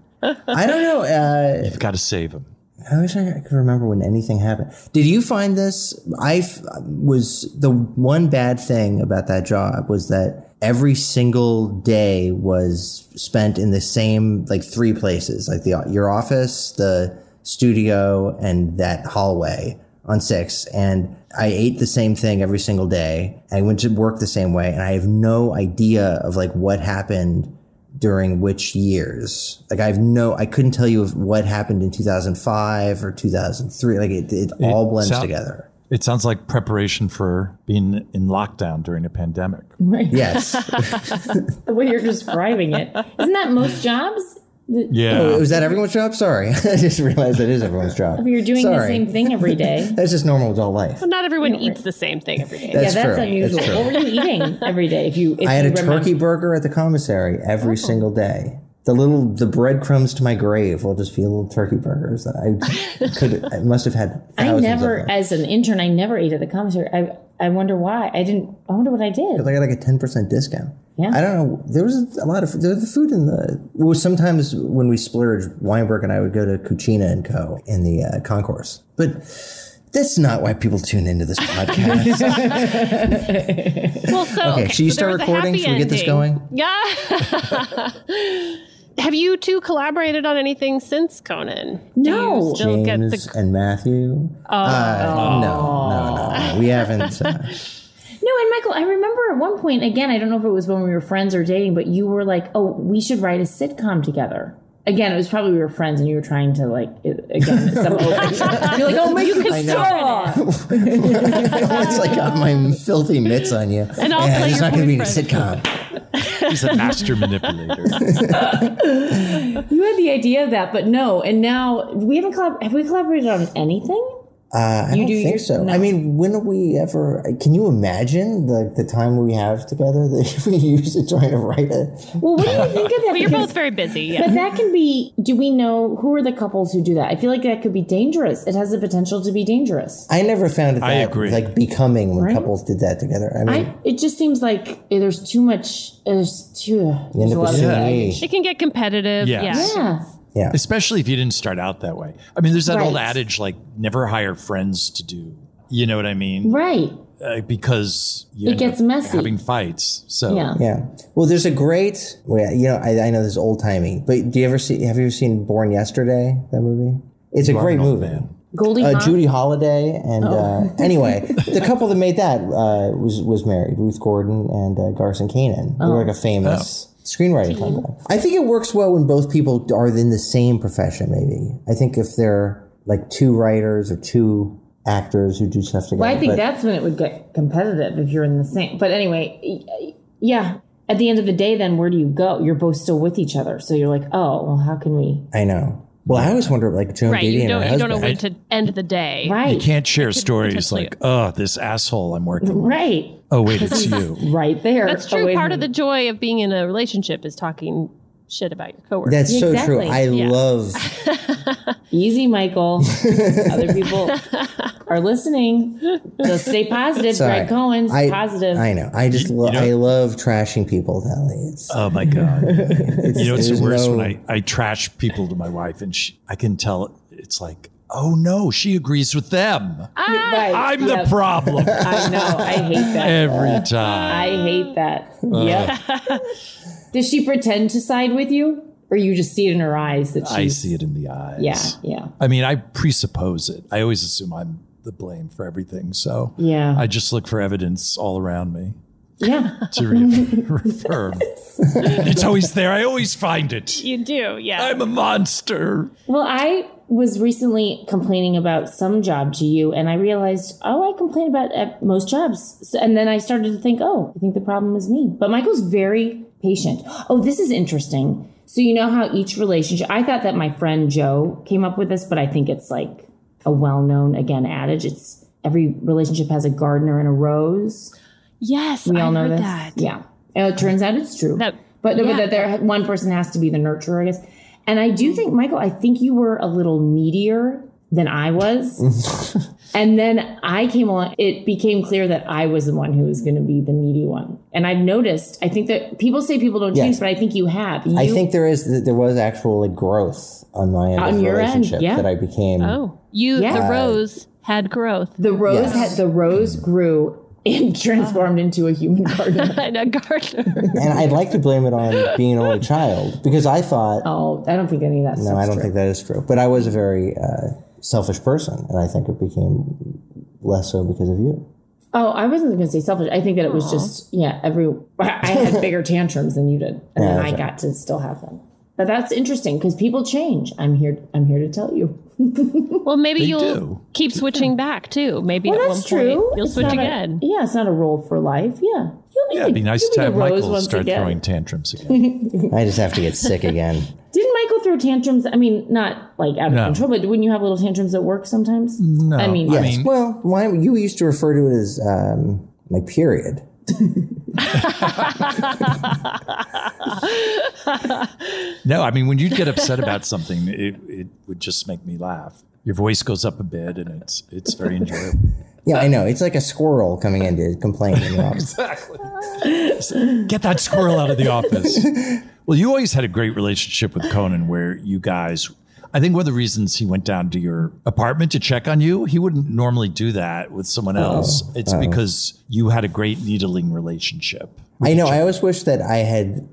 don't know. Uh, You've got to save him. I wish I could remember when anything happened. Did you find this? I f- was the one bad thing about that job was that every single day was spent in the same like three places, like the your office, the studio, and that hallway on six. And I ate the same thing every single day. I went to work the same way, and I have no idea of like what happened during which years. Like I've no, I couldn't tell you if what happened in 2005 or 2003. Like it, it all blends sound- together. It sounds like preparation for being in lockdown during a pandemic. Right. Yes. the way you're describing it. Isn't that most jobs? The- Yeah. Oh, was that everyone's job? Sorry, I just realized that is everyone's job. You're doing the Sorry. same thing every day. That's just normal adult life. Well, not everyone eats the same thing every day. That's yeah, that's true. That's unusual. true. What were you eating every day? If you, if I had a you remember- Oh. turkey burger at the commissary every single day. The little the breadcrumbs to my grave will just be little turkey burgers that I could I must have had. I thousands of never, them. as an intern, I never ate at the commissary. I, I wonder why. I didn't. I wonder what I did. I got like a ten percent discount. Yeah. I don't know. There was a lot of there was the food in the. Well, sometimes when we splurged, Weinberg and I would go to Cucina and Co. in the uh, concourse, but that's not why people tune into this podcast. Well, so Okay, should there you start was a recording? happy Should we get this going? Yeah. Have you two collaborated on anything since Conan? Do you No. still get the- James and Matthew. Oh. Uh, no, no, no, no. We haven't. Uh, No, and Michael, I remember at one point, again, I don't know if it was when we were friends or dating, but you were like, oh, we should write a sitcom together. Again, it was probably we were friends and you were trying to like, it- again, some open- You're like, oh, make you I can know. star in it. it's like got my filthy mitts on you. And I'll Yeah, play it's your not going to be in a boyfriend. sitcom. He's a master manipulator. you had the idea of that, but no. And now we haven't collab- have we collaborated on anything? Uh, I You don't do think your- so. I mean, when are we ever? Can you imagine the the time we have together that we use in trying to write a? Well, what do you think of that? Well, you're Because- both very busy. But Yeah. that can be. Do we know who are the couples who do that? I feel like that could be dangerous. It has the potential to be dangerous. I never found it. That, I agree. Like becoming when couples did that together. I mean, I, it just seems like eh, there's too much. There's too. You end There's up a lot of with Yeah. baggage. It can get competitive. Yes. Yeah. Yeah. Yeah. Especially if you didn't start out that way. I mean, there's that old Right. adage like never hire friends to do. You know what I mean? Right. Uh, because you It end up gets messy. Having fights. So Yeah. yeah. Well, there's a great. Well, you know, I, I know this is old timey, but do you ever see? Have you ever seen Born Yesterday? That movie. It's You a are great an old movie. man. Goldie Uh, Hawn. Judy Holliday Oh. and uh, anyway, the couple that made that uh, was was married, Ruth Gordon and uh, Garson Kanin. They were Oh. like a famous screenwriting couple. I think it works well when both people are in the same profession. Maybe I think if they're like two writers or two actors who do stuff together. Well, I think but- that's when it would get competitive if you're in the same. But anyway, y- yeah. At the end of the day, then where do you go? You're both still with each other, so you're like, oh, well, how can we? I know. Well, I always wonder, like Joan Right. Didion You and don't, her you don't know husband. when to end the day. you Right. can't share stories like, oh, this asshole I'm working with. Right. Oh, wait, it's you. Right there. That's Oh, true. wait a Part of the minute. joy of being in a relationship is talking shit about your coworkers. That's so true. Exactly. I Yeah. love. Easy, Michael. Other people are listening. Just stay positive. Sorry. Greg Cohen's I, positive. I know. I just lo- you know- I love trashing people, Tally. It's Oh my god! you know it's the there's worst no- when I I trash people to my wife, and she, I can tell it's like, oh no, she agrees with them. Right. I'm Yep. the problem I know. I hate that. every time. I hate that. Uh, Yep. Does she pretend to side with you, or you just see it in her eyes that she's? I see it in the eyes. Yeah. Yeah. I mean, I presuppose it. I always assume I'm the blame for everything. So Yeah. I just look for evidence all around me Yeah. to re- reaffirm. it's always there. I always find it. You do. Yeah. Uh, I'm a monster. Well, I was recently complaining about some job to you, and I realized, oh, I complain about at most jobs. So, and then I started to think, oh, I think the problem is me. But Michael's very patient. Oh, this is interesting. So, you know how each relationship, I thought that my friend Joe came up with this, but I think it's like a well known, again, adage. It's every relationship has a gardener and a rose. yes. We all I know heard this. that. Yeah. And it turns out it's true. That- but, but yeah. that there one person has to be the nurturer, I guess. And I do think, Michael, I think you were a little needier than I was. and then I came along, it became clear that I was the one who was going to be the needy one. And I've noticed, I think that people say people don't Yes. change, but I think you have. You, I think there is there was actual like growth on my end of On the your end, relationship yeah. that I became. Oh, you Yeah. the rose had growth the rose Yes. had, the rose grew and transformed into a human gardener. and a gardener. And I'd like to blame it on being an only child because I thought oh, I don't think any of that no, I don't think that is true. But I was a very uh, selfish person, and I think it became less so because of you. Oh, I wasn't going to say selfish. I think that it was just yeah. Every I had bigger tantrums than you did, and then Yeah, I okay. got to still have them. But that's interesting because people change. I'm here. I'm here to tell you. well, maybe They you'll do. keep switching back too. Maybe at one point you'll It's switch not a- again. yeah, it's not a role for life. Yeah, you'll be. Yeah, it'd be nice you'll to the have rose Michael once start again. throwing tantrums again. I just have to get sick again. Didn't Michael throw tantrums? I mean, not like out of No. control, but wouldn't you have little tantrums at work sometimes? No, I mean, Yes. well, why you used to refer to it as um, my period. No, I mean when you'd get upset about something, it, it would just make me laugh. Your voice goes up a bit, and it's it's very enjoyable. Yeah, I know. It's like a squirrel coming in to complain. You know. exactly. Get that squirrel out of the office. Well, you always had a great relationship with Conan, where you guys. I think one of the reasons he went down to your apartment to check on you, he wouldn't normally do that with Oh, someone else. it's because you had a great needling relationship. I know. I always wish that I had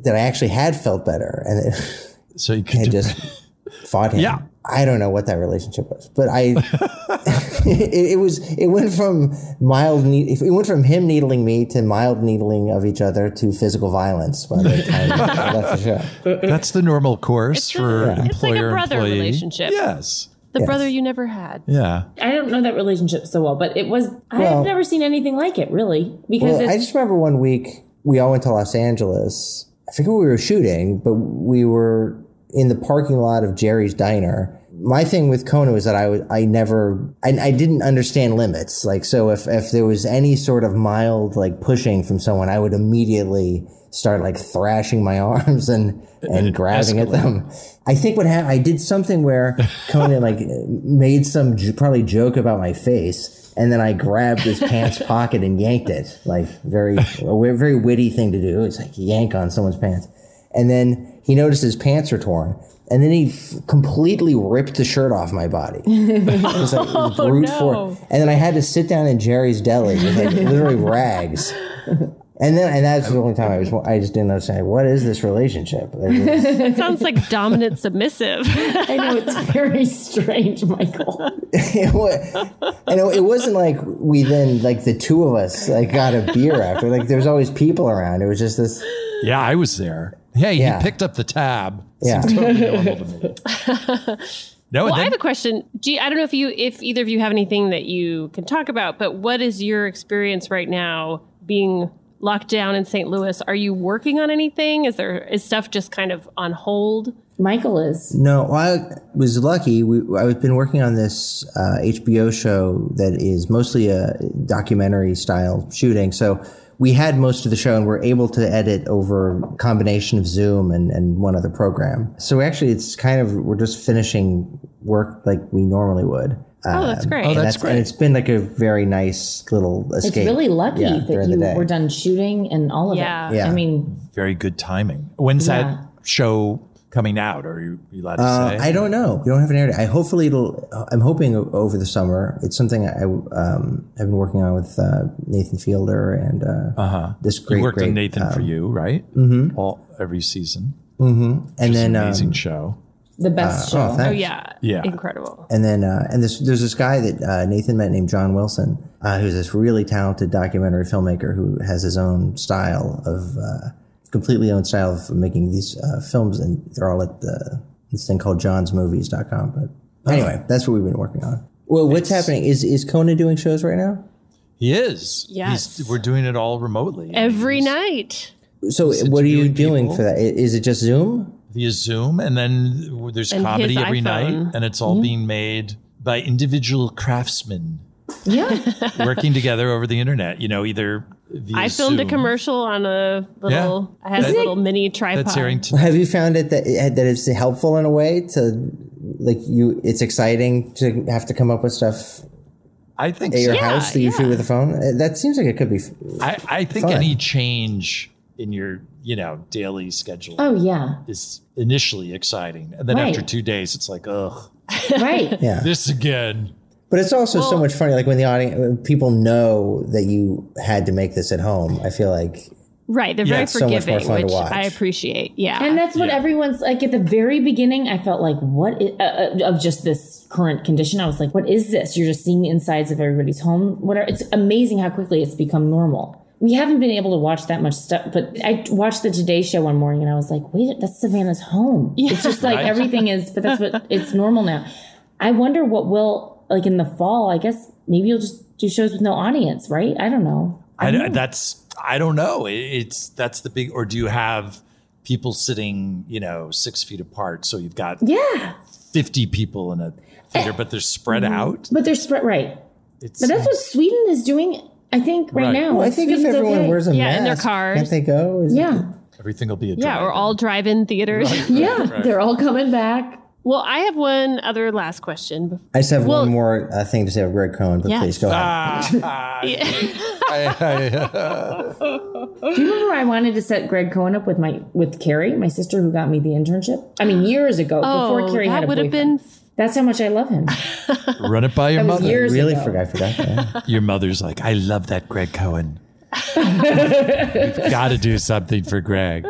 that I actually had felt better and So you could and do- just fought him. Yeah. I don't know what that relationship was, but I it, it was it went from mild ne- it went from him needling me to mild needling of each other to physical violence by the time I left the show. that's the normal course it's for like a employer brother employee relationship. Yes. The brother you never had. Yeah. I don't know that relationship so well, but it was. Well- I've never seen anything like it, really, because Well, it's, I just remember one week we all went to Los Angeles. I forget what we were shooting, but we were in the parking lot of Jerry's Diner. My thing with Kona was that I was I never I, I didn't understand limits. Like so, if if there was any sort of mild like pushing from someone, I would immediately start like thrashing my arms and and grabbing at them. I think what happened, I did something where Conan like made some j- probably joke about my face, and then I grabbed his pants pocket and yanked it. Like very a wi- very witty thing to do. It's like yank on someone's pants, and then he noticed his pants were torn. And then he f- completely ripped the shirt off my body. It was like brute no. force. And then I had to sit down in Jerry's Deli with like literally rags. And then and that's the only time I was I just didn't understand what is this relationship. It was- it sounds like dominant submissive. I know it's very strange, Michael. it wa- and it, it wasn't like we then like the two of us like got a beer after. Like there was always people around. It was just this. Yeah, I was there. Hey, Yeah. he picked up the tab. Yeah. Seems totally normal to me. No, well, I and Oh, then- have a question. Do you, I don't know if you, if either of you have anything that you can talk about, but what is your experience right now being locked down in St. Louis? Are you working on anything? Is there is stuff just kind of on hold? Michael is. No, I was lucky. We, I've been working on this uh, HBO show that is mostly a documentary style shooting. So we had most of the show and we're able to edit over a combination of Zoom and, and one other program. So actually, it's kind of, we're just finishing work like we normally would. Uh, Oh, that's great. Oh, and that's And it's been like a very nice little escape. It's really lucky yeah, that during the you day. were done shooting and all of Yeah. it. Yeah. I mean, very good timing. When's Yeah. that show coming out? Are you, you allowed to Uh, say? I don't know. We don't have an air date. I hopefully it'll. uh, I'm hoping o- over the summer. It's something I um, I've been working on with uh, Nathan Fielder and uh, Uh-huh. this great. you worked great, on Nathan for um, you, right? Mhm. All every season. mhm. And Just then an amazing um, show. the Uh, best oh, show. thanks. Oh yeah, Yeah. incredible. And then uh, and this, there's this guy that uh, Nathan met named John Wilson, uh, who's this really talented documentary filmmaker who has his own style of uh, completely own style of making these uh, films, and they're all at the this thing called johnsmovies.com. Oh. But anyway, that's what we've been working on. Well, what's happening is is Conan doing shows right now? He is. Yes. He's, we're doing it all remotely. Every night. So what are you doing for that? I- Is it just Zoom? via Zoom, and then there's And his comedy every iPhone. Mm-hmm. night, and it's all being made by individual craftsmen Yeah. working together over the internet. You know, either via I filmed Zoom. a commercial on a little. I had That- a little mini tripod. that's airing. To, Have you found it that that it's helpful in a way to like you? It's exciting to have to come up with stuff I think. at so. your house that you shoot with a phone. Uh, That seems like it could be. I, I think Fun. any change in your you know daily schedule Oh yeah. is initially exciting, and then Right. after two days, it's like ugh, Right. Yeah, this again. but it's also so much funny. Like when the audience when people know that you had to make this at home. I feel like Right, they're Yeah, very it's so much more forgiving, fun to which watch. I appreciate. Yeah, And that's what Yeah. everyone's like at the very beginning. I felt like, what is, uh, uh, of just this current condition? I was like, what is this? You're just seeing the insides of everybody's home. What are, it's amazing how quickly it's become normal. We haven't been able to watch that much stuff, but I watched the Today Show one morning and I was like, wait, that's Savannah's home. It's just like Right. everything is, but that's what it's normal now. I wonder what will, like in the fall, I guess maybe you'll just do shows with no audience, right? I don't know. I, uh, that's I don't know. It, it's that's the big. Or do you have people sitting you know six feet apart? So you've got Yeah. fifty people in a theater, but they're spread out. But they're spread, right. It's Mm-hmm. But that's what Sweden is doing, I think, right, Right. now. I think if Sweden's everyone okay. wears a Yeah, in their mask, cars. can't they go? Is it- Yeah. everything will be a yeah, or drive. all drive-in theaters. Yeah. They're all coming back. Well, I have one other last question. bef- I just have Well- one more uh, thing to say of Greg Cohen, but Yes. please go ahead. Ah, ah, I- I- Do you remember I wanted to set Greg Cohen up with my with Carrie, my sister who got me the internship? I mean years ago, before Oh, Carrie had that a would have boyfriend. been That's how much I love him. Run it by your was mother. years really ago. forgot. I forgot that. Your mother's like, I love that Greg Cohen. You've got to do something for Greg.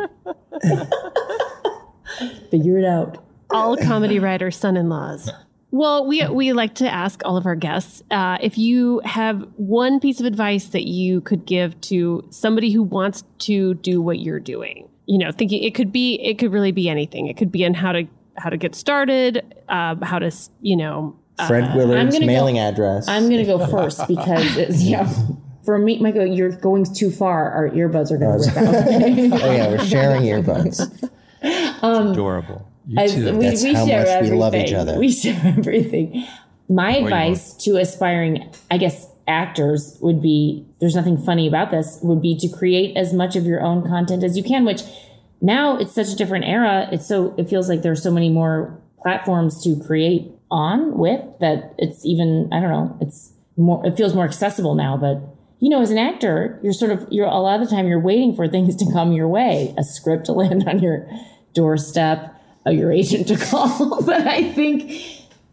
Figure it out. all comedy writer son-in-laws. Well, we we like to ask all of our guests uh, if you have one piece of advice that you could give to somebody who wants to do what you're doing. You know, thinking it could be it could really be anything. It could be on how to how to get started, uh, how to s- you know. Fred Willard's gonna mailing go- address. I'm gonna go first because it's yeah. for me, Michael, you're going too far. Our earbuds are going to rip out. oh yeah, we're sharing earbuds. Um, Adorable. as we, That's we how share much everything. we love each other. We share everything. My Or you advice to aspiring, I guess, actors would be there's nothing funny about this, would be to create as much of your own content as you can, which now it's such a different era. It's so, it feels like there's so many more platforms to create on with that it's even, I don't know, it's more, it feels more accessible now, but you know, as an actor, you're sort of you're a lot of the time you're waiting for things to come your way, a script to land on your doorstep, or your agent to call. but I think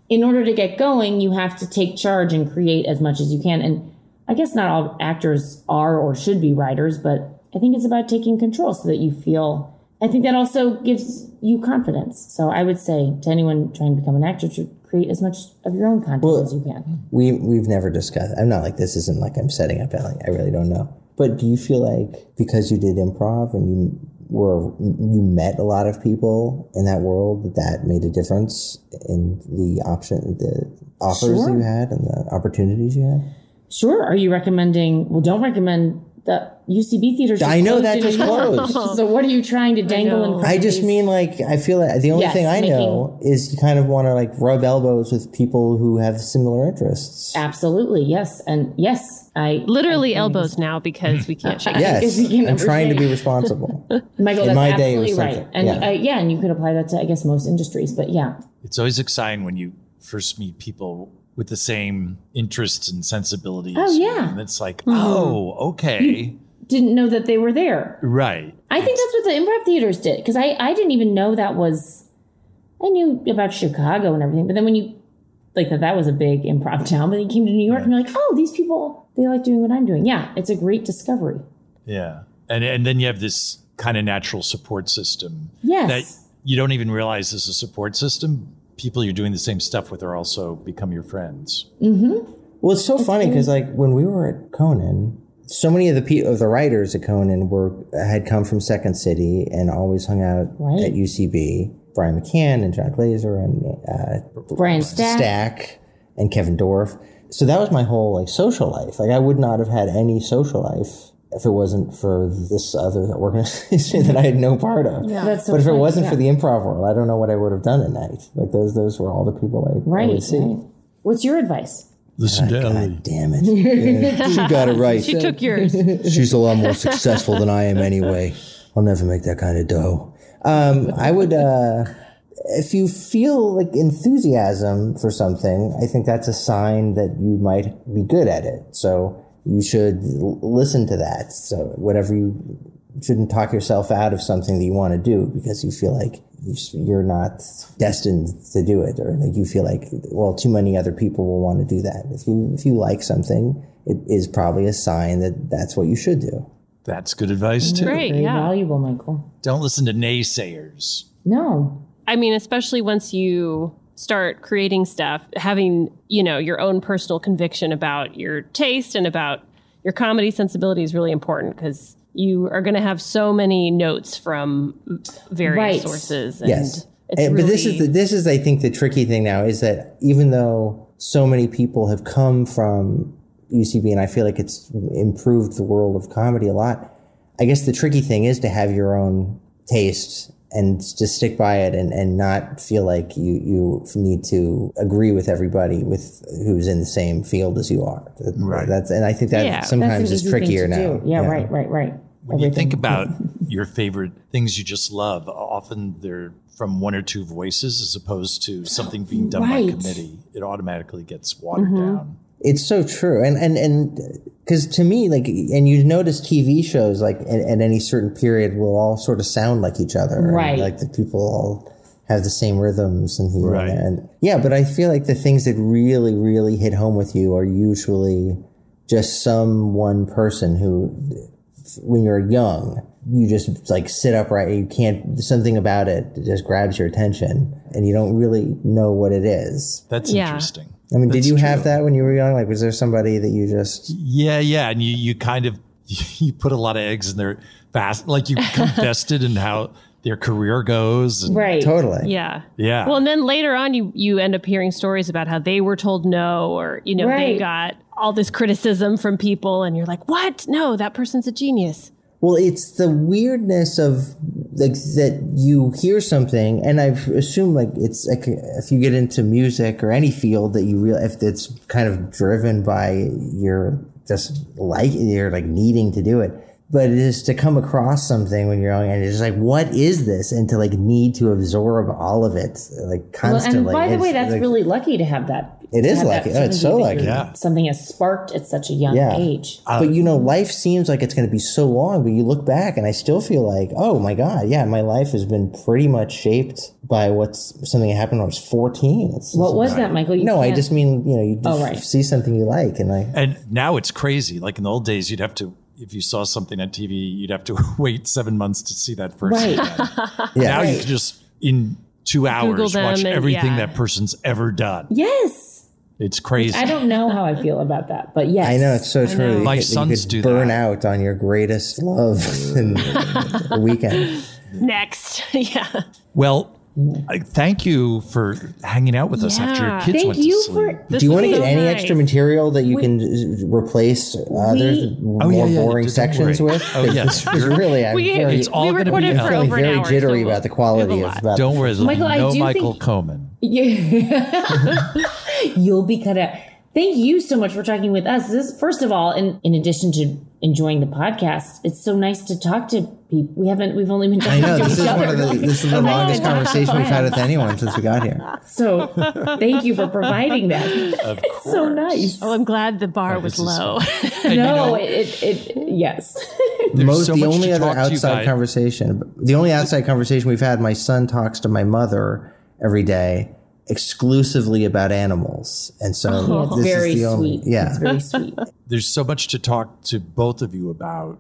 in order to get going, you have to take charge and create as much as you can. And I guess not all actors are or should be writers, but I think it's about taking control so that you feel. I think that also gives you confidence. So I would say to anyone trying to become an actor to create as much of your own content as you can. We we've never discussed. I'm not like this isn't like I'm setting up. Like I really don't know. But do you feel like because you did improv and you were you met a lot of people in that world that that made a difference in the option the offers Sure. you had and the opportunities you had? Sure. Are you recommending? Well, don't recommend the UCB theater. just I know closed that in just New York. closed. so what are you trying to dangle in front I of just these- mean like I feel like the only Yes, thing I making- know is you kind of want to like rub elbows with people who have similar interests. Absolutely, yes, and yes, I literally elbows now because we can't shake. Yes, I'm trying to be responsible. Michael, In that's my day, it was absolutely right, something, and yeah. yeah. Uh, yeah, and you could apply that to I guess most industries, but yeah, It's always exciting when you first meet people with the same interests and sensibilities. Oh, yeah. And it's like, Mhm. oh, okay. didn't know that they were there. right. I think that's what the improv theaters did because I I didn't even know that was. I knew about Chicago and everything, but then when you like that that was a big improv town, but then you came to New York and you're like, oh, these people they like doing what I'm doing. Yeah, it's a great discovery. Yeah. And and then you have this kind of natural support system. Yes. That you don't even realize is a support system. People you're doing the same stuff with are also become your friends. Mm-hmm. Well, it's so funny because like when we were at Conan, so many of the pe- of the writers at Conan were had come from Second City and always hung out Right. at UCB. Brian McCann and John Glazer and uh, Brian Stack. Stack and Kevin Dorff. So that was my whole like social life. Like I would not have had any social life if it wasn't for this other organization that I had no part of. Yeah. That's so but if it funny, wasn't yeah. for the improv world, I don't know what I would have done at night. Like those those were all the people I, I Right, would see. right. What's your advice? Listen to God damn it. Yeah, she got it right. She took yours. She's a lot more successful than I am anyway. I'll never make that kind of dough. Um, I would, uh, if you feel like enthusiasm for something, I think that's a sign that you might be good at it. So you should l- listen to that. So whatever you shouldn't talk yourself out of something that you want to do because you feel like you s- you're not destined to do it or like you feel like well too many other people will want to do that if you if you like something it is probably a sign that that's what you should do That's good advice too. Very valuable, Michael. Don't listen to naysayers. No. I mean, especially once you start creating stuff, having, you know, your own personal conviction about your taste and about your comedy sensibility is really important because you are going to have so many notes from various Right. sources. And yes It's And- really, but this is the, this is i think the tricky thing now is that even though so many people have come from ucb and i feel like it's improved the world of comedy a lot i guess the tricky thing is to have your own taste and just stick by it and, and not feel like you, you need to agree with everybody with who's in the same field as you are. Right. That's and I think that Yeah. sometimes That's an is easy thing trickier to now. do. Yeah, right, right, right. When you think about your favorite things you just love, often they're from one or two voices as opposed to something being done Right. by committee. It automatically gets watered down. It's so true, and and and because to me, like, and you notice TV shows like at, at any certain period will all sort of sound like each other, and, Right. like the people all have the same rhythms and here and there. And, yeah, but I feel like the things that really, really hit home with you are usually just some one person who, when you're young, you just like sit upright. You can't something about it just grabs your attention, and you don't really know what it is. That's Yeah. interesting. I mean, That's did you have that when you were young? Like, was there somebody that you just Yeah, yeah, and you you kind of you put a lot of eggs in their basket, like you become vested in how their career goes. and- Right. Yeah. Yeah. Well, and then later on, you you end up hearing stories about how they were told no, or you know they Right. got all this criticism from people, and you're like, what? No, that person's a genius. Well, it's the weirdness of like that you hear something, and I've assumed like it's like if you get into music or any field that you real if it's kind of driven by your just like you're like needing to do it. But it is to come across something when you're young, and it's just like, what is this? And to like need to absorb all of it, like Well, constantly. and by the It's, way, that's like, really lucky to have that. It to is have that lucky. Oh, it's so certainty that lucky. you're- Yeah. Something is sparked at such a young age. but you know, life seems like it's going to be so long, but you look back and I still feel like, oh my God, yeah, my life has been pretty much shaped by what's something that happened when I was 14. It's, What it's was not- that, Michael? You no, I can't- just mean, you know, you just Oh, right. see something you like and I. And now it's crazy. Like in the old days, you'd have to, if you saw something on TV, you'd have to wait seven months to see that person. Yeah. Now you Right. can just, in two hours, them watch and- everything yeah. that person's ever done. Yes. It's crazy. I don't know how I feel about that, but yes. I know it's so true. You My could- you sons could do burn out on your greatest love in a weekend. Next, yeah. Well, I, thank you for hanging out with us after your Yeah. kids Thank went you to sleep. for- This Do you was want to so get any nice. extra material that you can uh, replace other more Oh, yeah, yeah, yeah. boring Don't sections worry. with? Oh, Because yes. this is really, I'm We- very, It's all we gonna be recorded I'm for feeling over an very hour, so jittery we'll- about the quality of. About Don't worry, Michael, I no do Michael think- Coman. Yeah. You'll be cut out. Thank you so much for talking with us. This, first of all, in, in addition to enjoying the podcast, it's so nice to talk to people. We haven't, we've only been I talking know to this each is one other. of the this is the longest conversation we've had with anyone since we got here. So thank you for providing that. Of it's so nice. Oh, I'm glad the bar was low. no, you know- it, it, it, yes. Most so the much only to other talk to you outside guys. conversation, the only outside conversation we've had. My son talks to my mother every day exclusively about animals, and so Yeah, it's this Oh, very is the only sweet. yeah. It's very sweet. There's so much to talk to both of you about,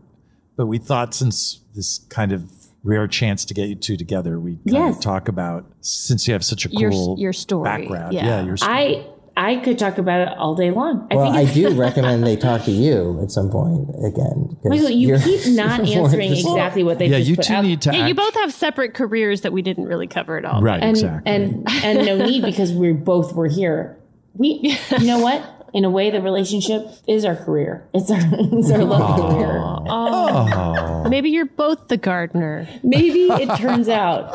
but we thought since this kind of rare chance to get you two together, we kind Yes. of talk about since you have such a Your- cool your story. background. Yeah. Yeah, your story. I I could talk about it all day long. well, I I think it's, do recommend they talk to you at some point again. 'cause Michael, you you're- keep not you're more answering interesting. exactly what they Yeah, just you put two out. need to yeah, you both have separate careers that we didn't really cover at all. Right, and, exactly. And and no need because we both were here. We you know what? In a way, the relationship is our career. It's our it's our love Aw. career. Oh. Maybe you're both the gardener. Maybe it turns out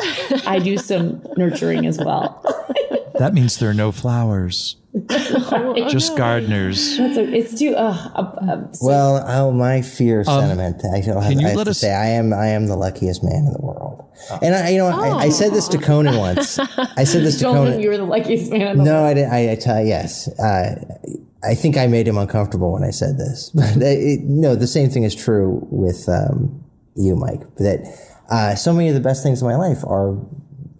I do some nurturing as well. that means there are no flowers, Oh, just gardeners. That's a, it's too. Uh, uh, uh, so- Well, oh, my fear Um, sentiment. I don't have, can you I have let to us- say I am I am the luckiest man in the world. And I, you know, I, I said Oh. this to Conan once. I said this to Don't Conan. think you were the luckiest man. in the No, I didn't. I, I tell yes. Uh, I think I made him uncomfortable when I said this. But it, no, the same thing is true with um, you, Mike. That uh, so many of the best things in my life are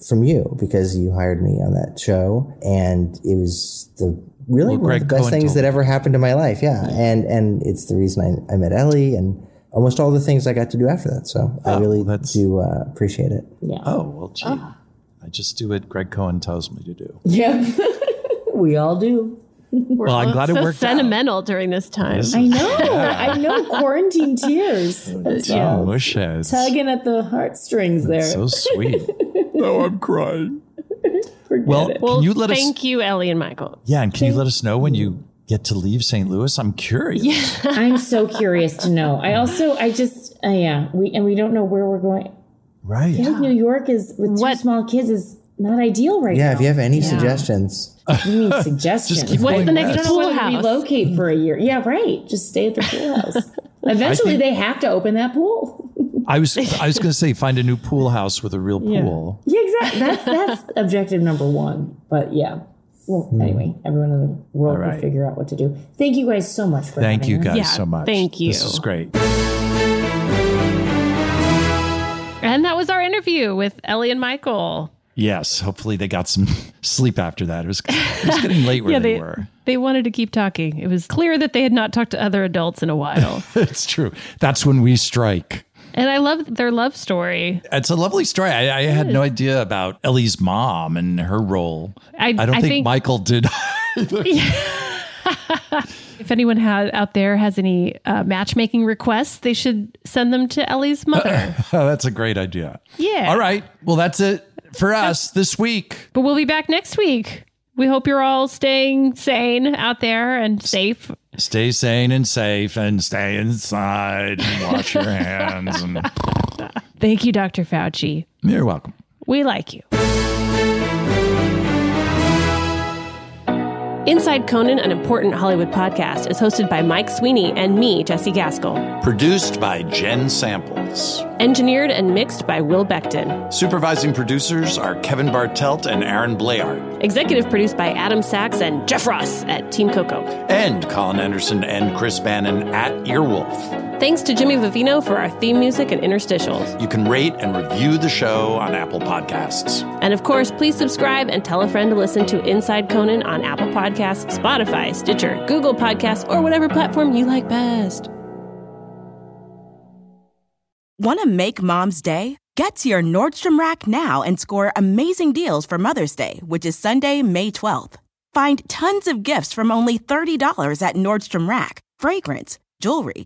from you because you hired me on that show, and it was the really Well, one of Greg the best Cohen things told that me. ever happened in my life. Yeah, and and it's the reason I, I met Ellie and. Almost all the things I got to do after that, so I really do uh, appreciate it. Oh well, gee, Ah. I just do what Greg Cohen tells me to do. Oh. Yeah, we all do. We're Well, I'm all glad it so worked out. Sentimental during this time. This I know. I know. Quarantine tears. That's all. Mushes. Tugging at the heartstrings there. So sweet. no, I'm crying. Well, Well, can you let us? thank you, Ellie and Michael. Yeah, and can you let us know when you get to leave St. Louis? I'm curious. I'm so curious to know. I also, I just, uh, yeah, we and we don't know where we're going. Right. I feel like New York is with two small kids is not ideal right Yeah, now. if you have any suggestions, you mean suggestions? Just keep What's going the next west. I don't know pool whether house? to Relocate for a year. Yeah, right. Just stay at the pool house. Eventually, think- they have to open that pool. I was I was going to say find a new pool house with a real pool. Yeah, exactly. That's that's objective number one. But yeah. Well, Hmm. anyway, everyone in the world All right. will figure out what to do. Thank you guys so much for Thank having you us. guys so much. This is great. And that was our interview with Ellie and Michael. Yes, hopefully they got some sleep after that. It was, it was getting late where yeah, they, they were. They wanted to keep talking. It was clear that they had not talked to other adults in a while. it's true. That's when we strike. and I love their love story. It's a lovely story. I, I had no idea about Ellie's mom and her role. I- don't I think, think- Michael did. If anyone ha- out there has any uh, matchmaking requests, they should send them to Ellie's mother. that's a great idea. Yeah. Uh, All right. Well, that's it for us this week. but we'll be back next week. We hope you're all staying sane out there and safe. Stay sane and safe and stay inside and wash your hands. And Thank you, Dr. Fauci. You're welcome. We like you. Inside Conan, an important Hollywood podcast, is hosted by Mike Sweeney and me, Jesse Gaskell. Produced by Jen Samples. Engineered and mixed by Will Beckton. Supervising producers are Kevin Bartelt and Aaron Blayard, Executive produced by Adam Sachs and Jeff Ross at Team Coco. and Colin Anderson and Chris Bannon at Earwolf. Thanks to Jimmy Vivino for our theme music and interstitials. You can rate and review the show on Apple Podcasts. And of course, please subscribe and tell a friend to listen to Inside Conan on Apple Podcasts, Spotify, Stitcher, Google Podcasts, or whatever platform you like best. Want to make mom's day? Get to your Nordstrom Rack now and score amazing deals for Mother's Day, which is Sunday, May 12th. Find tons of gifts from only $30 at Nordstrom Rack fragrance, jewelry,